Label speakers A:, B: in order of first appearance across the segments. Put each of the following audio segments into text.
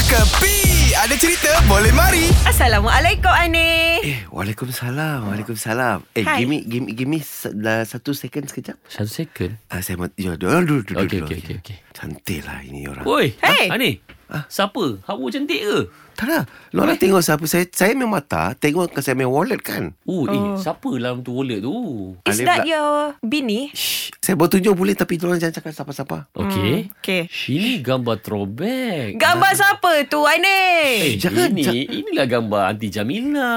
A: Kepi Ada cerita boleh mari
B: Assalamualaikum Ani.
C: Eh,
D: Ah.
C: Waalaikumsalam. Waalaikumsalam. Eh,
B: Hai.
C: give me give me give me se- la- satu second sekejap.
D: Satu second
C: Ah, saya mau ya, dulu dulu dulu.
D: Okey,
C: dulu.
D: okey, okey, okey.
C: Cantik lah ini orang. Oi.
D: Oi
B: Hey.
D: ha, Ani ha? Siapa? Hawa cantik ke?
C: Tak lah. Lora tengok siapa saya saya main mata, tengok ke saya main wallet kan.
D: Oh, eh Siapa dalam tu wallet tu?
B: Is
C: Alif
B: that
C: lah.
B: your bini?
C: Shh, saya bawa tunjuk boleh tapi tolong jangan cakap siapa-siapa.
D: Okay
B: Hmm, okey.
D: Ini gambar throwback
B: Gambar siapa tu Ani?
D: Eh,
C: jangan,
D: ini,
C: jangan.
D: inilah gambar Aunty Jamila.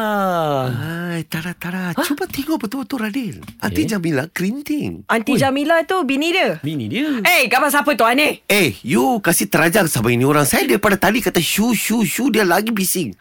C: Hai, tak lah, tak lah. Cuba tengok betul-betul Radil. Aunty
D: Ah. Eh.
C: Jamila kerinting.
B: Aunty
D: Ui.
B: Jamila tu bini dia.
D: Bini dia.
B: Eh, gambar siapa tu Ani?
C: Eh, you kasih terajang sama ini orang. Saya daripada tadi kata shoo, shoo, shoo. Dia lagi bising.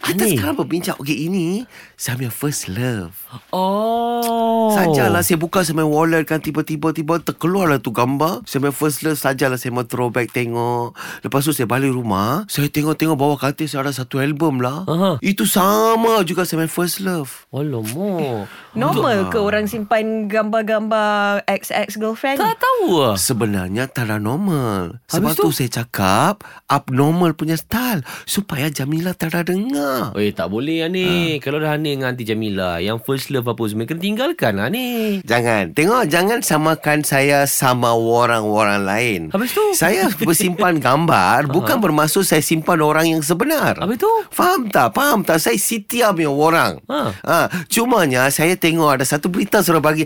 C: Kita
D: Ani.
C: sekarang berbincang. Okay, ini saya punya first love.
D: Oh.
C: Sajalah saya buka saya main wallet kan Tiba-tiba tiba terkeluarlah tu gambar Saya main first love Sajalah saya main throwback tengok Lepas tu saya balik rumah Saya tengok-tengok bawah katil Saya ada satu album lah
D: Aha.
C: Itu sama juga saya main first love
D: Alamak.
B: Normal
D: lah.
B: ke orang simpan gambar-gambar ex-ex girlfriend?
D: Tak tahu lah.
C: Sebenarnya tak ada normal Sebab
D: Habis tu?
C: tu? saya cakap Abnormal punya style Supaya Jamila tak ada dengar
D: Eh, tak boleh Ani. Ha. Kalau dah Ani dengan Aunty Jamila, yang first love apa semua, kena tinggalkan ah, Ani.
C: Jangan Tengok jangan samakan saya Sama orang-orang lain
D: Habis tu?
C: Saya bersimpan gambar Bukan bermaksud saya simpan orang yang sebenar
D: Habis tu?
C: Faham tak? Faham tak? Saya setia punya orang
D: Ha.
C: ha. Cumanya saya tengok ada satu berita Surah bagi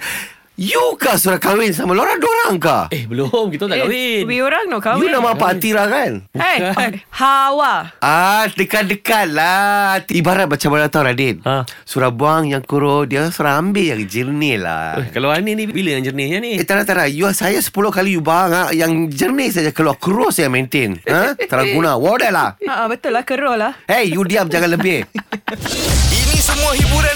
C: You kah surah kahwin sama Lorang dorang kah?
D: Eh, belum. Kita tak kahwin.
B: we orang no kahwin.
C: You nama apa Atira kan?
B: Hey,
D: Bukan.
B: Hawa.
C: Ah, dekat-dekat lah Ibarat macam mana tau Radin
D: Ha.
C: Surah buang yang kurus Dia surah ambil yang jernih lah
D: Eh, kalau Ani ni, bila yang jernihnya ni?
C: Eh tak nak, tak nak. You, saya 10 kali you bang ha? Yang jernih saja keluar Kurus yang maintain ha? Tak nak guna Wadah lah
B: Ha, betul lah kerol lah.
C: Hey you diam jangan lebih
A: Ini semua hiburan